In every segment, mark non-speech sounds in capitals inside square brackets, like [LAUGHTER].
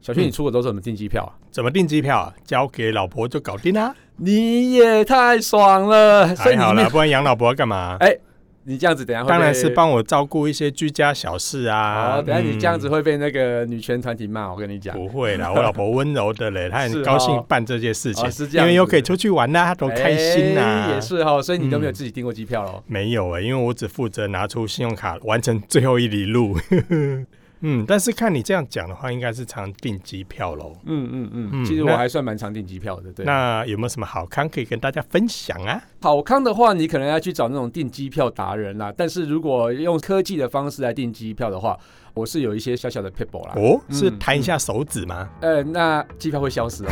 小旭，你出国都怎么订机票啊？怎么订机票、啊？交给老婆就搞定啦、你也太爽了， [LAUGHS] 所以还你好啦，没不然养老婆要干 [LAUGHS] 嘛？哎、你这样子等一下会被当然是帮我照顾一些居家小事啊。哦，等一下你这样子嗯、会被那个女权团体骂，我跟你讲。不会啦，我老婆温柔的嘞，[LAUGHS] 她是很哦高兴办这件事情，哦是这样因为又子可以出去玩啦、啊她多开心呐、哎也是哈，所以你都没有自己订过机票喽。没有哎、因为我只负责拿出信用卡完成最后一里路。 [LAUGHS] 嗯，但是看你这样讲的话，应该是常订机票喽。嗯嗯嗯，嗯其实我那还算蛮常订机票的。对，那有没有什么好康可以跟大家分享啊？好康的话，你可能要去找那种订机票达人啦。但是如果用科技的方式来订机票的话，我是有一些小小的 people 啦。哦，嗯是弹一下手指吗？呃，那机票会消 [LAUGHS] 失哦。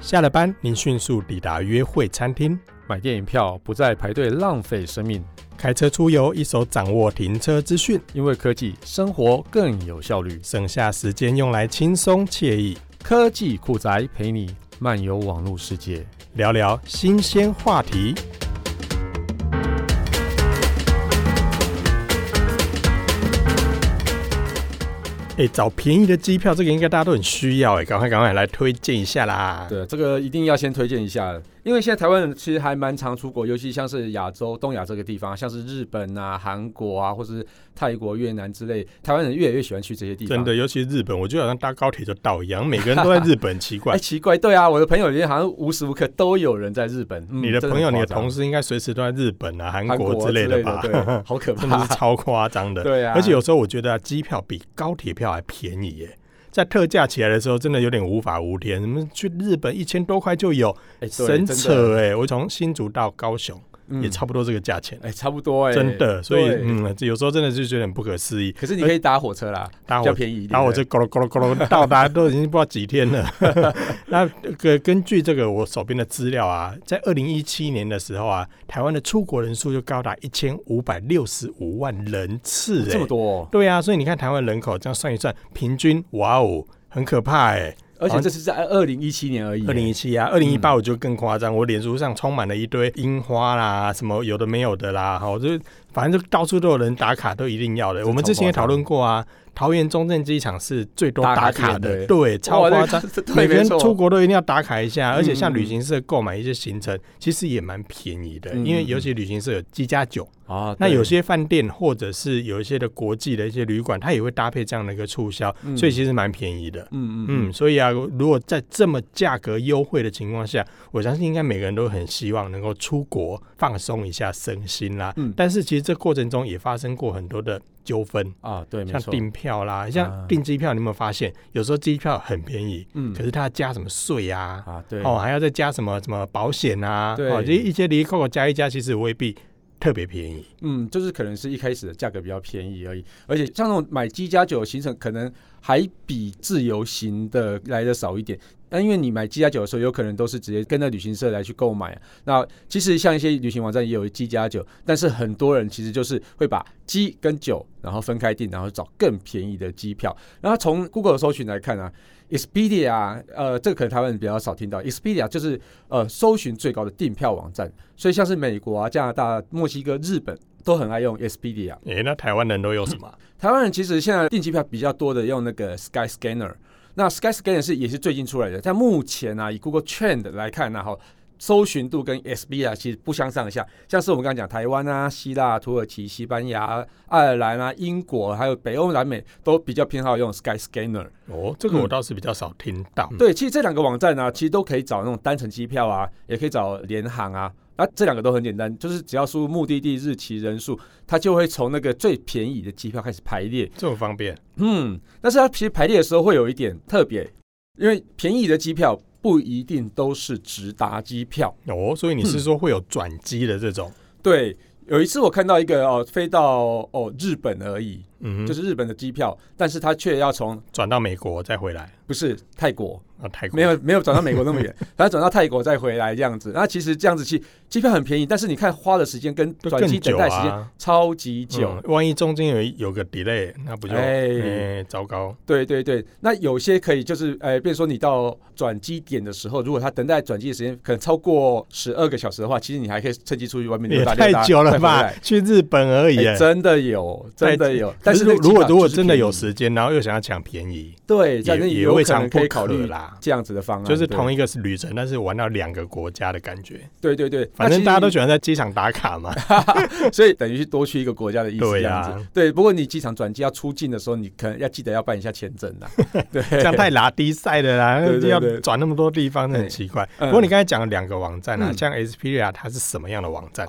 下了班，您迅速抵达约会餐厅，买电影票不再排队浪费生命，开车出游，一手掌握停车资讯，因为科技生活更有效率。省下时间用来轻松惬意科技酷宅陪你漫游网络世界。聊聊新鲜话题。哎、找便宜的机票，这个应该大家都很需要哎、赶快赶快来推荐一下啦！对，这个一定要先推荐一下，因为现在台湾人其实还蛮常出国，尤其像是亚洲、东亚这个地方，像是日本啊、韩国啊，或是泰国、越南之类，台湾人越来越喜欢去这些地方。哎真的，尤其日本，我觉得好像搭高铁就到一样，每个人都在日本，奇哎、 [LAUGHS] 怪。奇怪，对啊，我的朋友里面好像无时无刻都有人在日本。嗯你的朋友、你的同、真事应该随时都在日本啊、韩很夸张韩国之类的的吧？ [LAUGHS] 对，好可真的 [LAUGHS] 是怕。超夸张的。对啊，而且有时候我觉得啊机、票比高铁票还便宜耶，在特价起来的时候，真的有点无法无天。什么去日本一千多块就有，哎、对神，真的扯哎！我从新竹到高雄、嗯也差不多这个价钱，哎、差不多哎、真的。所以对嗯，有时候真的是觉得很不可思议。可是你可以搭火车啦，哎搭比较火便宜一点。哎然后我就咕噜咕噜咕噜到达都已经不知道几天了。 [LAUGHS] 那个根据这个我手边的资料啊，在二零一七年的时候啊，台湾的出国人数就高达一千五百六十五万人次、哎这么。多、哦对啊，所以你看台湾人口这样算一算，平均哇哦，很可怕哎、而且这是在二零一七年而已。二零一七啊，二零一嗯八我就更夸张，我脸书上充满了一堆樱花啦，什么有的没有的啦，哈，我就反正就到处都有人打卡，都一定要的。这我们之前也超夸张讨论过啊，桃园中正机场是最多打卡打点卡的，对对，超哇夸那张。个 [LAUGHS] 对， [LAUGHS] 每个没人错出国都一定要打卡一下，而且嗯像嗯旅行社购买一些行程，其实也蛮便宜的，嗯因为嗯尤其旅行社有机加酒，啊，那对有些饭店或者是有一些的国际的一些旅馆，它也会搭配这样的一个促销，嗯所以其实蛮便宜的。嗯嗯嗯，嗯，所以啊，如果在这么价格优惠的情况下，我相信应该每个人都很希望能够出国放松一下身心啦。嗯但是其实这过程中也发生过很多的纠纷，啊，对，没像错，啊订票啦，像订机票，你有没有发现有时候机票很便宜，嗯可是它加什么税啊？啊，对，哦，还要再加什么什么保险啊？对哦，这一些离扣扣加一加，其实未必特别便宜。嗯，就是可能是一开始的价格比较便宜而已，而且像那种买机加酒的行程，可能还比自由行的来的少一点。那因为你买机加酒的时候，有可能都是直接跟着旅行社来去购买、啊那其实像一些旅行网站也有机加酒，但是很多人其实就是会把机跟酒然后分开订，然后找更便宜的机票。然后从 Google 搜寻来看啊，Expedia 啊呃，这个可能台湾人比较少听到，Expedia 就是呃搜寻最高的订票网站。所以像是美国啊、加拿大、墨西哥、日本都很爱用 Expedia。诶，那台湾人都有什么啊？台湾人其实现在订机票比较多的用那个 Skyscanner，那 Skyscanner 是也是最近出来的，但目前呢、啊以 Google Trend 来看呢、哈。搜寻度跟 S B 啊，其实不相上下。像是我们刚刚讲台湾啊、希腊、土耳其、西班牙、爱尔兰啊、英国，还有北欧、南美，都比较偏好用 Skyscanner。哦，这个我嗯倒是比较少听到。对，其实这两个网站呢、其实都可以找那种单程机票啊，也可以找联航啊。那这两个都很简单，就是只要输入目的地、日期、人数，它就会从那个最便宜的机票开始排列。这么方便，嗯，但是它其实排列的时候会有一点特别，因为便宜的机票不一定都是直达机票。哦，所以你嗯是说会有转机的这种，对，有一次我看到一个哦，飞到哦日本而已，嗯哼，就是日本的机票，但是它却要从转到美国再回来，不是泰国，啊，泰国没有没有转到美国那 [LAUGHS] 么远，然后转到泰国再回来这样子。那其实这样子去机票很便宜，但是你看花的时间跟都转机等更久待时间啊，超级久。嗯万一中间有有个 delay，那不就哎哎糟糕？对对对，那有些可以就是，呃，比如说你到转机点的时候，如果他等待转机的时间可能超过十二个小时的话，其实你还可以趁机出去外面溜也达太溜达久了再回吧来？去日本而已哎耶。真的有，真的有。但可是那个如如果机票如就果是真的便宜有时间，然后又想要抢便宜，对，这样也那也有未可尝能可不以考虑啦。这样子的方案，就是对同一个是旅程，但是玩到两个国家的感觉。对对对，反正大家都觉喜欢在机场打卡嘛。得，所以等于是多去一个国家的意思，这对样啊子。对，不过你机场转机要出境的时候，你可能要记得要办一下签证 [LAUGHS] 啦。对，这样太拉低赛的啦，对对 [LAUGHS] 要对转那么多地方，那很奇怪。嗯不过你刚才讲了两个网站啊，嗯哦像 Xperia 它是什么样的网站？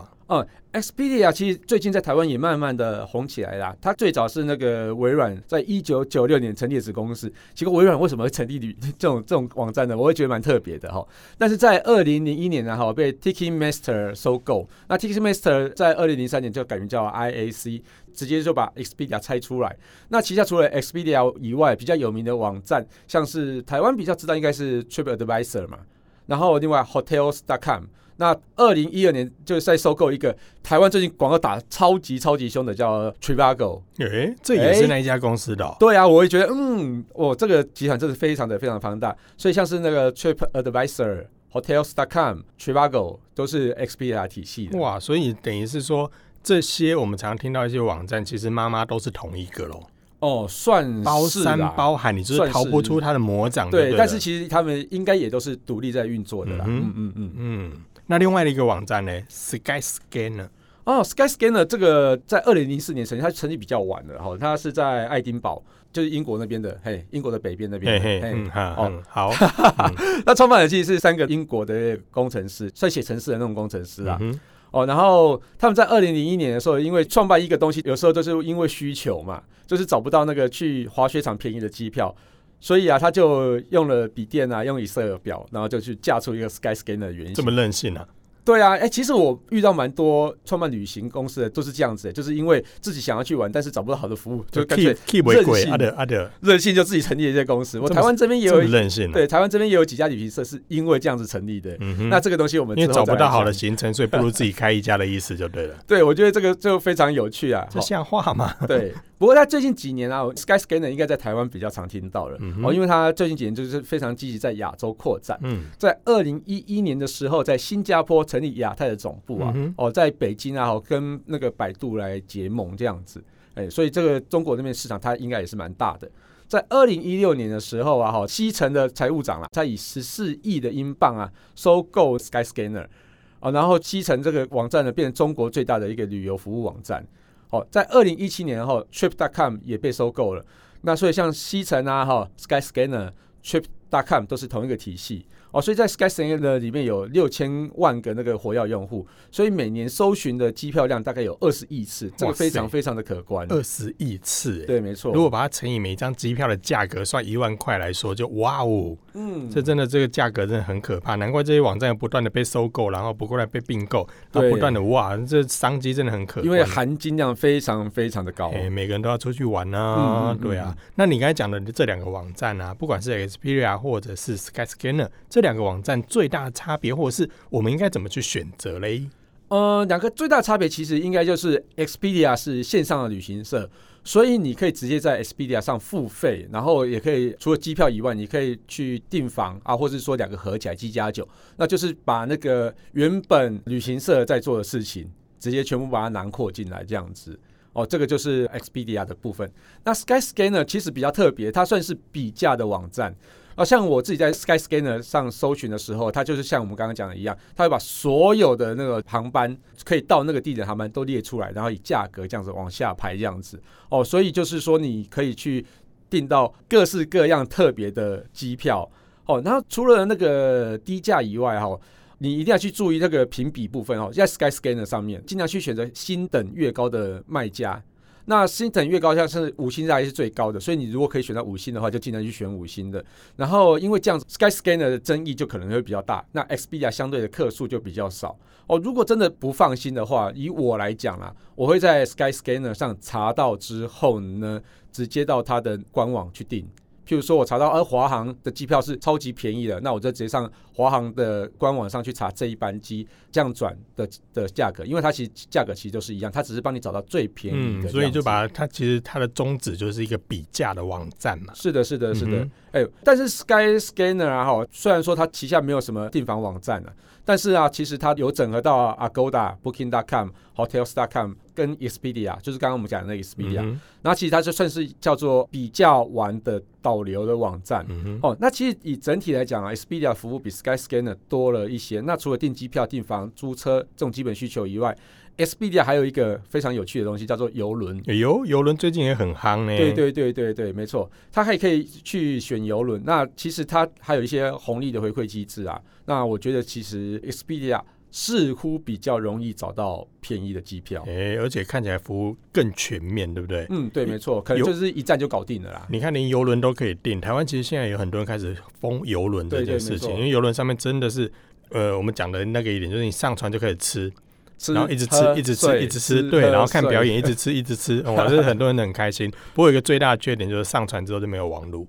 Expedia 其实最近在台湾也慢慢的红起来啦。它最早是那个微软在一九九六年成立的子公司。结果微软为什么会成立旅这种这种网站呢？我会觉得蛮特别的哈。但是在二零零一年呢，哈被 Tiki Master 收购。那 Tiki Master 在二零零三年就改名叫 IAC，直接就把 Expedia 拆出来。那旗下除了 Expedia 以外，比较有名的网站，像是台湾比较知道应该是 TripAdvisor 嘛，然后另外 Hotels.com。那二零一二年就是在收购一个台湾最近广告打超级超级凶的叫 Trivago，诶，这也是哎那一家公司的哦。对啊，我也觉得，嗯，我这个集团真的非常的非常的庞大，所以像是那个 Trip Advisor、Hotels.com、Trivago 都是 XPR 体系的。哇，所以等于是说，这些我们常听到一些网站，其实妈妈都是同一个咯，哦，算是包啦山包海，你就是算是逃不出它的魔掌就对，了但是其实他们应该也都是独立在运作的啦。嗯哼嗯嗯嗯。嗯，那另外的一个网站呢，Sky Scanner，哦，Skyscanner 这个在二零零四年成立，它成立比较晚了哈，它是在爱丁堡，就是英国那边的，嘿，英国的北边那嘿边的。嘿，嘿嗯哈，哦嗯好， [LAUGHS] 那创办人其实是三个英国的工程师，算写程式的那种工程师啊。嗯哼哦，然后他们在二零零一年的时候，因为创办一个东西，有时候就是因为需求嘛，就是找不到那个去滑雪场便宜的机票，所以啊，他就用了笔电啊，用以色表，然后就去架出一个 Skyscanner 的原这型。么任性啊？对啊，哎，其实我遇到蛮多创办旅行公司的都是这样子，就是因为自己想要去玩，但是找不到好的服务，就干 keep 脆 keep 为任鬼性啊的啊的，任性就自己成立了一些公司。我这么台湾这边也这么有一，任性啊？对，台湾这边也有几家旅行社是因为这样子成立的。嗯哼那这个东西我们因为之后找再不到来好的讲，行程，所以不如自己开一家的意思就对了。对我觉得这个就非常有趣啊。 [LAUGHS] 这好像话吗？对，不过他最近几年啊，Skyscanner 应该在台湾比较常听到了、 [LAUGHS] 嗯哼哦，因为他最近几年就是非常积极在亚洲扩展。嗯，在二零一一年的时候，在新加坡成立亚太的总部啊，嗯哼哦，在北京啊，哦跟那个百度来结盟这样子，哎，所以这个中国那边市场它应该也是蛮大的。在二零一六年的时候啊，哈、西城的财务长啊，他以十四亿的英镑啊收购 Skyscanner，哦，然后西城这个网站呢，变成中国最大的一个旅游服务网站。哦，在二零一七年后，Trip.com 也被收购了。那所以像西城啊、哈、Skyscanner、Trip.com 都是同一个体系。哦，所以在 Skyscanner 里面有六千万个那个活跃用户，所以每年搜寻的机票量大概有二十亿次，这个哇塞非常非常的可观。二十亿次，哎对，没错。如果把它乘以每一张机票的价格算一万块来说，就哇哦，嗯这真的这个价格真的很可怕，难怪这些网站不断的被收购，然后不断的被并购，然后对不断的哇，这商机真的很可观。因为含金量非常非常的高。哎、每个人都要出去玩啊，嗯嗯嗯对啊。那你刚才讲的这两个网站啊，不管是 Xperia 或者是 Skyscanner 这两个网站最大的差别，或者是我们应该怎么去选择嘞？呃，两个最大差别其实应该就是 Expedia 是线上的旅行社，所以你可以直接在 Expedia 上付费，然后也可以除了机票以外，你可以去订房啊，或者说两个合起来机加酒，那就是把那个原本旅行社在做的事情，直接全部把它囊括进来这样子。哦，这个就是 Expedia 的部分。那 Skyscanner 其实比较特别，它算是比价的网站。啊，像我自己在 Skyscanner 上搜寻的时候，它就是像我们刚刚讲的一样，它会把所有的那个航班可以到那个地点的航班都列出来，然后以价格这样子往下排这样子。哦，所以就是说你可以去订到各式各样特别的机票。哦，然后除了那个低价以外，哈、你一定要去注意那个评比部分哦，在 Skyscanner 上面尽量去选择星等越高的卖家。那星等越高，像是五星大概是最高的，所以你如果可以选到五星的话，就尽量去选五星的。然后因为这样子，Skyscanner 的争议就可能会比较大，那 Expedia 相对的客数就比较少哦。如果真的不放心的话，以我来讲啦，我会在 Skyscanner 上查到之后呢，直接到它的官网去订。譬如说我查到，呃，华航的机票是超级便宜的，那我就直接上华航的官网上去查这一班机这样转的的价格，因为它其实价格其实都是一样，它只是帮你找到最便宜的、嗯，所以就把它其实它的宗旨就是一个比价的网站嘛。是的，是的，是的。啊嗯哎、但是 Sky Scanner 啊，哈，虽然说它旗下没有什么订房网站啊，但是啊，其实它有整合到、啊、Agoda、Booking.com、Hotels.com 跟 Expedia，就是刚刚我们讲的那个嗯 Expedia、哼那其实它就算是叫做比较玩的导流的网站。嗯哼，哦，那其实以整体来讲啊，Expedia 服务比 Skyscanner 多了一些。那除了订机票、订房、租车这种基本需求以外，Expedia 还有一个非常有趣的东西，叫做游轮。哎呦，游轮最近也很夯呢。对，对对对对，没错，它还可以去选游轮。那其实它还有一些红利的回馈机制啊。那我觉得其实 Expedia 似乎比较容易找到便宜的机票。哎，而且看起来服务更全面，对不对？嗯，对，没错，可能有就是一站就搞定了啦。你看，连游轮都可以订。台湾其实现在有很多人开始封游轮这对对件事没情，错因为游轮上面真的是，呃，我们讲的那个一点，就是你上船就可以吃，吃然后一直吃喝，一直吃，睡一直吃，对，喝然后看睡表演，一直吃，一 [LAUGHS] 直吃。哇，这是很多人很开心。不过有一个最大的缺点就是上船之后就没有网路，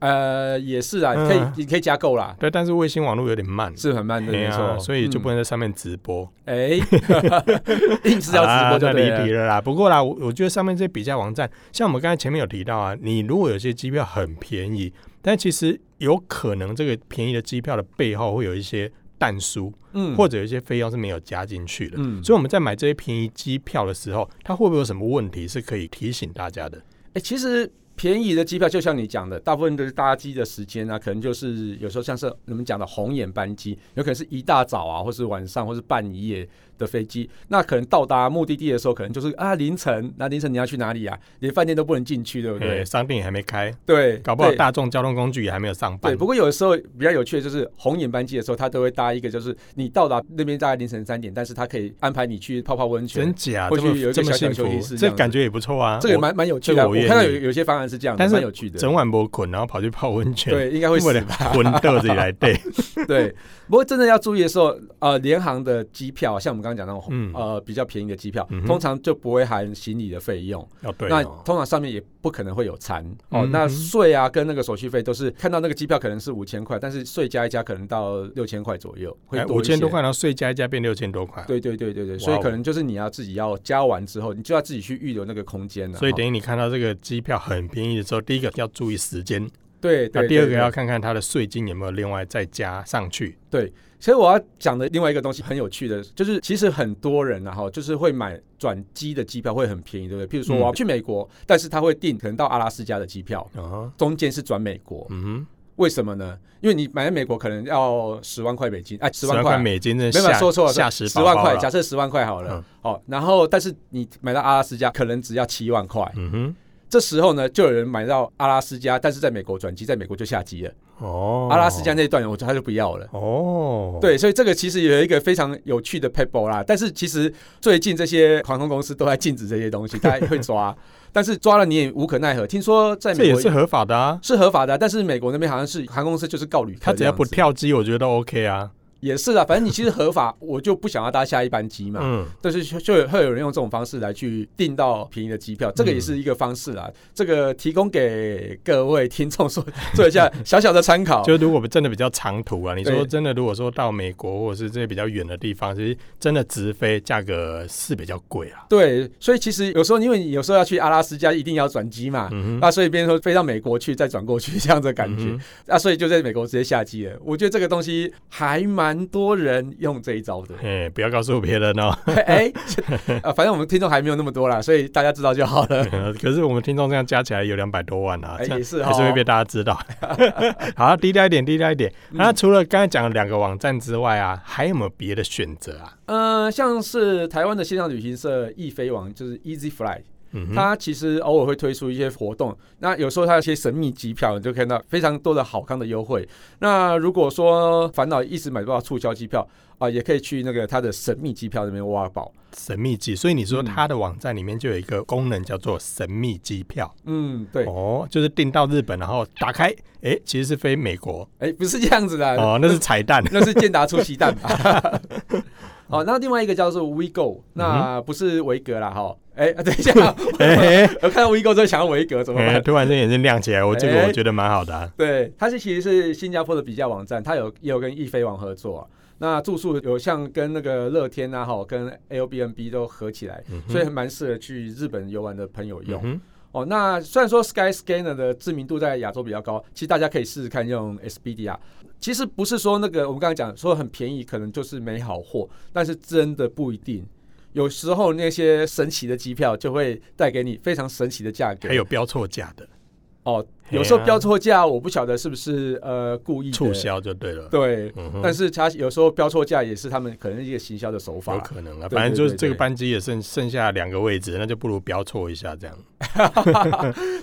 呃，也是啊，嗯可以，你可以加购啦，对，但是卫星网路有点慢。是很慢的，对没啊，错，所以就不嗯能在上面直播，哎， [LAUGHS] 硬是要直播啊就那对离了题。了啦。不过啦，我我觉得上面这些比价网站，像我们刚才前面有提到啊，你如果有些机票很便宜，但其实有可能这个便宜的机票的背后会有一些淡书，嗯，或者有一些费用是没有加进去的。嗯，所以我们在买这些便宜机票的时候，它会不会有什么问题是可以提醒大家的？哎，其实便宜的机票，就像你讲的，大部分都是搭机的时间啊，可能就是有时候像是你们讲的红眼班机，有可能是一大早啊，或是晚上，或是半夜的飞机，那可能到达目的地的时候，可能就是啊凌晨，那凌晨你要去哪里啊？连饭店都不能进去，对不对，对？商店也还没开，对，搞不好对大众交通工具也还没有上班对，。不过有的时候比较有趣的就是红眼班机的时候，它都会搭一个，就是你到达那边大概凌晨三点，但是它可以安排你去泡泡温泉真，假或这许有么一个这小么小幸休息室福，这这样子感觉也不错啊。这个也我蛮蛮有趣的啊。这个我我愿意看到有有些方案是这样的，但是蛮有趣的。整晚不困，然后跑去泡温泉，，对，应该会为死了混豆子来对， [LAUGHS] 对。不过真的要注意的时候，呃，联航的机票，像我们刚刚讲那种、嗯呃比较便宜的机票，嗯哼通常就不会含行李的费用。 [LAUGHS] 哦对那哦，通常上面也不可能会有餐哦。嗯那哼税啊跟那个手续费都是看到那个机票可能是五千块，但是税加一加可能到六千块左右，会哎多五一些千多。块，然后税加一加变六千多块，对对对对对，哦所以可能就是你要自己要加完之后，你就要自己去预留那个空间了、所以哦等于你看到这个机票很便宜的时候，第一个要注意时间，对那对，第二对个对要看看它的税金有没有另外再加上去。所以我要讲的另外一个东西很有趣的，就是其实很多人然、啊、后就是会买转机的机票会很便宜，对不对？譬如说嗯我要去美国，但是他会订可能到阿拉斯加的机票，哦，中间是转美国，嗯为什么呢？因为你买在美国可能要十万块美金，哎，哼，十万块。美金，真的没有吓说错了，吓死十万宝宝块，了假设十万块好了啊嗯，哦，然后但是你买到阿拉斯加可能只要七万块，嗯哼，这时候呢，就有人买到阿拉斯加，但是在美国转机，在美国就下机了，哦，阿拉斯加那一段我就他就不要了。哦，，对，所以这个其实有一个非常有趣的 paper 啦，但是其实最近这些航空公司都在禁止这些 [LAUGHS] 东西，大家会抓，但是抓了你也无可奈何。听说在这美也国是合法的啊。是合法的，但是美国那边好像是航空公司就是告旅客这他样子，只要不跳机，我觉得都 OK 啊。也是啊，反正你其实合法， [LAUGHS] 我就不想要搭下一班机嘛。嗯，但是就就有会有人用这种方式来去订到便宜的机嗯票，这个也是一个方式啦。这个提供给各位听众说做一下小小的参考。 [LAUGHS] 就如果真的比较长途啊，你说对真的，如果说到美国或者是这些比较远的地方，其实真的直飞价格是比较贵啊。对，所以其实有时候因为你有时候要去阿拉斯加，一定要转机嘛。嗯哼，啊那所以变成说飞到美国去，再转过去这样的感觉，嗯哼。那所以就在美国直接下机了。我觉得这个东西还蛮多人用这一招的 [LAUGHS] 嘿，不要告诉别人哦。 [LAUGHS] 哎、啊，反正我们听众还没有那么多啦，所以大家知道就好了。 [LAUGHS] 可是我们听众这样加起来有两百多万啊，哎、这样也是还是会被哦，大家知 [LAUGHS] 道。好，低调一点，低调一点。嗯那除了刚才讲的两个网站之外啊，还有没有别的选择啊？呃，像是台湾的线上旅行社易飞网，就是 Easy Fly，嗯哼，它其实偶尔会推出一些活动，那有时候它有一些神秘机票，你就看到非常多的好康的优惠。那如果说烦恼一直买不到促销机票啊、也可以去那个它的神秘机票那边挖宝。神秘机，所以你说嗯它的网站里面就有一个功能叫做神秘机票嗯，对，哎、哦，就是订到日本，然后打开，哎，其实是飞美国哎不是这样子的，哦，那是彩蛋。 [LAUGHS] 那是健达出奇 [LAUGHS] 蛋吧。哦，那另外一个叫做 WeGo，那不是维格啦哈，哎、啊等一下，嗯 [LAUGHS] 哎、 [LAUGHS] 我看到维格之后想要维格怎么哎办？突然间眼睛亮起来，我这个哎我觉得蛮好的、啊。对，它是其实是新加坡的比价网站，它有也有跟易飞网合作、啊。那住宿有像跟那个乐天啊，哈，跟 Airbnb 都合起来，嗯哼所以蛮适合去日本游玩的朋友用嗯。哼哦，那虽然说 Skyscanner 的知名度在亚洲比较高，其实大家可以试试看用 SBDR。其啊实不是说那个我们刚才讲说很便宜，可能就是没好货，但是真的不一定。有时候那些神奇的机票就会带给你非常神奇的价格。还有标错价的哦，嘿啊有时候标错价，我不晓得是不是呃故意的促。销就对了。对，嗯哼但是他有时候标错价也是他们可能一个行销的手有法。可能啊，对反正就是对对这个对班机也剩剩下两个位置，那就不如标错一下这样。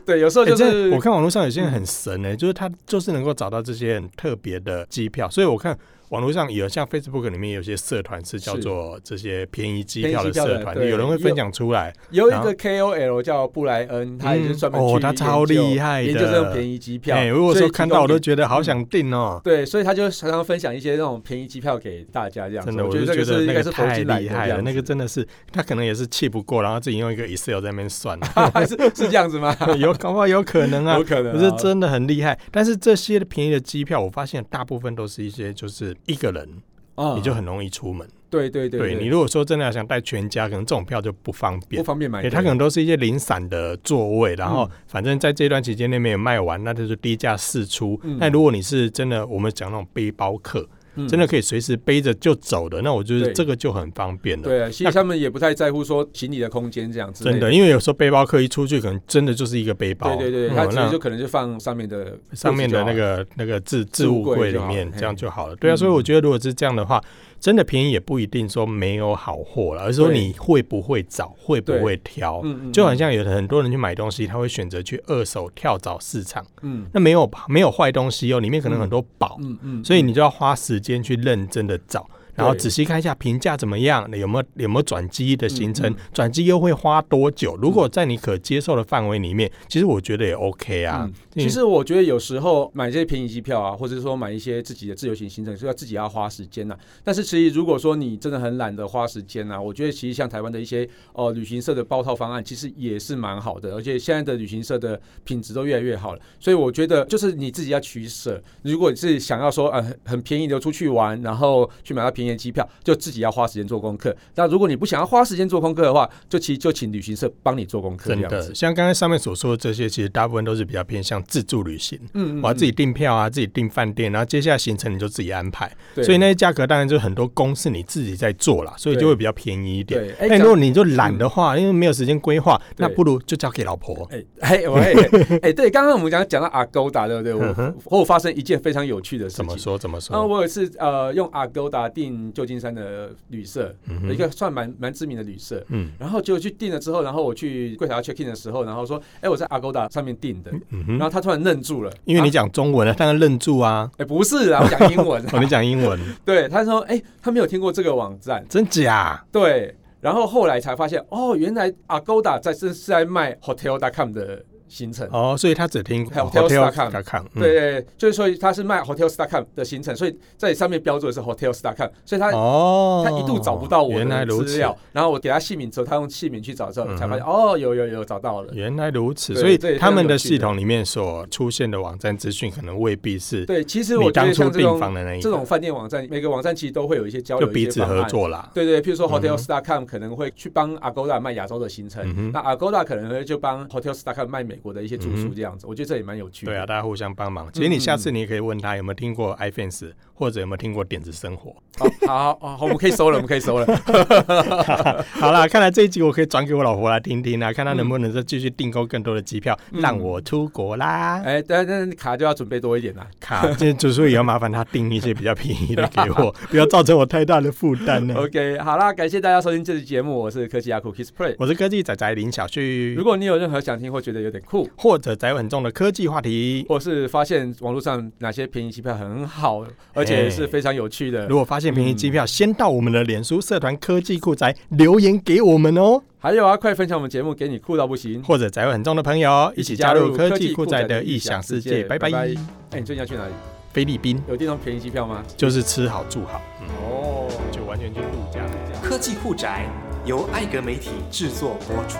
对，有时候欸就真是、嗯的我看网络上有些人很神呢，就是他就是能够找到这些很特别的机票，所以我看网络上有像 Facebook 里面有些社团是叫是做这些便宜机便宜票的机票的社团，对有人会分享出来，有一然后个 KOL 叫布莱恩，他也是专门嗯去哦他研究超厉害的研究这种便宜机票。哎，我有时所候以看提供到我都给嗯觉得好想订哦、对，所以他就常常分享一些那种便宜机票给大家，这样子。真的，我就觉这个觉得是应那该个是佛太经来的厉这害了，样那个子。真的是他可能也是气不过，然后自己用一个 Excel 在那 [LAUGHS] 边算，是是这样子吗？ [LAUGHS] 有搞不好有可能啊有，可能可啊。是真的很厉害。但是这些便宜的机票，我发现大部分都是一些就是一个人，啊你就很容易出门。对对对对你如果说真的要想带全家，可能这种票就不方不便。方便买嗯对，的，它可能都是一些零散的座位，然后反正在这段期间内没有卖完，那就是低价试出。嗯那如果你是真的，我们讲那种背包客，嗯真的可以随时背着就走的，那我觉得对这个就很方便了。对。啊其实他们也不太在乎说行李的空间这样子。真的，因为有时候背包客一出去，可能真的就是一个背包，对对对，嗯他其那实就可能就放上面的上面的那个那个置置物柜里面置物柜就好这样嘿就好了。对啊，嗯所以我觉得如果是这样的话，真的便宜也不一定说没有好货了，而是说对你会不会找，会不对会挑位置就好，。嗯嗯，就很像有的很多人去买东西，他会选择去二手跳蚤市场，嗯那没有没有坏东西哦，里面可能很多宝，嗯嗯，所以你就要花时间去认真的找，然后对仔细看一下评价怎么样，有没有有没有转机的行程嗯嗯，转机优惠花多久？如果在你可接受的范围里面，其实我觉得也 OK 啊嗯。因为其实我觉得有时候买这些便宜机票啊，或者说买一些自己的自由行行程，是要自己要花时间呐、但是其实如果说你真的很懒得花时间呐、我觉得其实像台湾的一些呃旅行社的包套方案，其实也是蛮好的，而且现在的旅行社的品质都越来越好了。所以我觉得就是你自己要取舍。如果你是想要说呃很很便宜的出去玩，然后去买到便宜的机票，就自己要花时间做功课。那如果你不想要花时间做功课的话，就其实就请旅行社帮你做功课真这样子的，。像刚才上面所说的这些，其实大部分都是比较偏向自助旅行，嗯我要自己订票啊，自己订饭店，然后接下来行程你就自己安排。对所以那些价格当然就很多工是你自己在做啦，所以就对会比较便宜一点。对，哎嗯但如果你就懒的话，因为没有时间规划，那对不如就交给老婆。哎哎喂哎，对，刚刚我们讲讲到阿勾达，对不对？嗯哼我我发生一件非常有趣的事怎么情。说？怎么然后说？我有一次呃用阿勾达订旧金山的旅社，嗯有一哼，个算蛮蛮知名的旅社。嗯然后结果去订了之后，然后我去柜台要 check in 的时候，然后说，哎，我在阿勾达上面订的，嗯然哼，后他突然愣住了，因为你啊讲中文啊，当然愣 [LAUGHS] 住啊。，哎不是啦，我讲英文 [LAUGHS] 哦，你讲英文，对，他说，哎，他没有听过这个网站，真假？对，然后后来才发现，哦，原来阿勾达在是是在卖 hotel.com 的行程。哦，所以他只听还有 Hotels.com 嗯对，对，对就是说它是卖 Hotel Starcom 的行程，所以在上面标注的是 Hotel Starcom，所以他、哦，他一度找不到我原来的如资此，料，然后我给他姓名之后，他用姓名去找之后，才发现嗯哦，有有有找到了。原来如此，对所以这也非他常们有的趣系的统里面所出现的网站资讯，可能未必是对，其实你我觉当得初像这订种房的那一这种个饭店网站，每个网站其实都会有一些交就流，彼一些此方合案。作啦。对对，譬如说嗯 Hotel Starcom 可能会去帮 Agoda 卖亚洲的行程，嗯哼那 Agoda 可能会就帮 Hotel Starcom 卖美国的一些住嗯宿哼这样子，我觉得这也蛮有趣的。对啊，大家互相帮忙。其实嗯你下次你也可以问他有没有听过 iFans，或者有没有听过点子生活。好，好，好，好，我们可以收了，我们可以收了。好啦，看来这一集我可以转给我老婆来听听啦，看她能不能再继续订购更多的机票，嗯让我出国啦。哎，但但是卡就要准备多一点啦。卡， [LAUGHS] 这主叔也要麻烦他订一些比较便宜的给我， [LAUGHS] 不要造成我太大的负担呢。 OK，好啦，感谢大家收听这期节目，我是科技阿酷 Kiss Play。我是科技仔仔林小旭如，果你有任何想听或觉得有点酷，或者宅很重的科技话题。或是发现网络上哪些便宜机票很好，而且是非常有趣的如，果发现便宜机票，先到我们的脸书社团科技酷宅留言给我们哦，还有啊，快分享我们节目给你酷到不行，或者宅很重的朋友一起加入科技酷宅的异想世界。拜拜，哎，你最近要去哪里？菲律宾有地方便宜机票吗？就是吃好住好，嗯，哦，就完全去度假。科技酷宅由艾格媒体制作播出。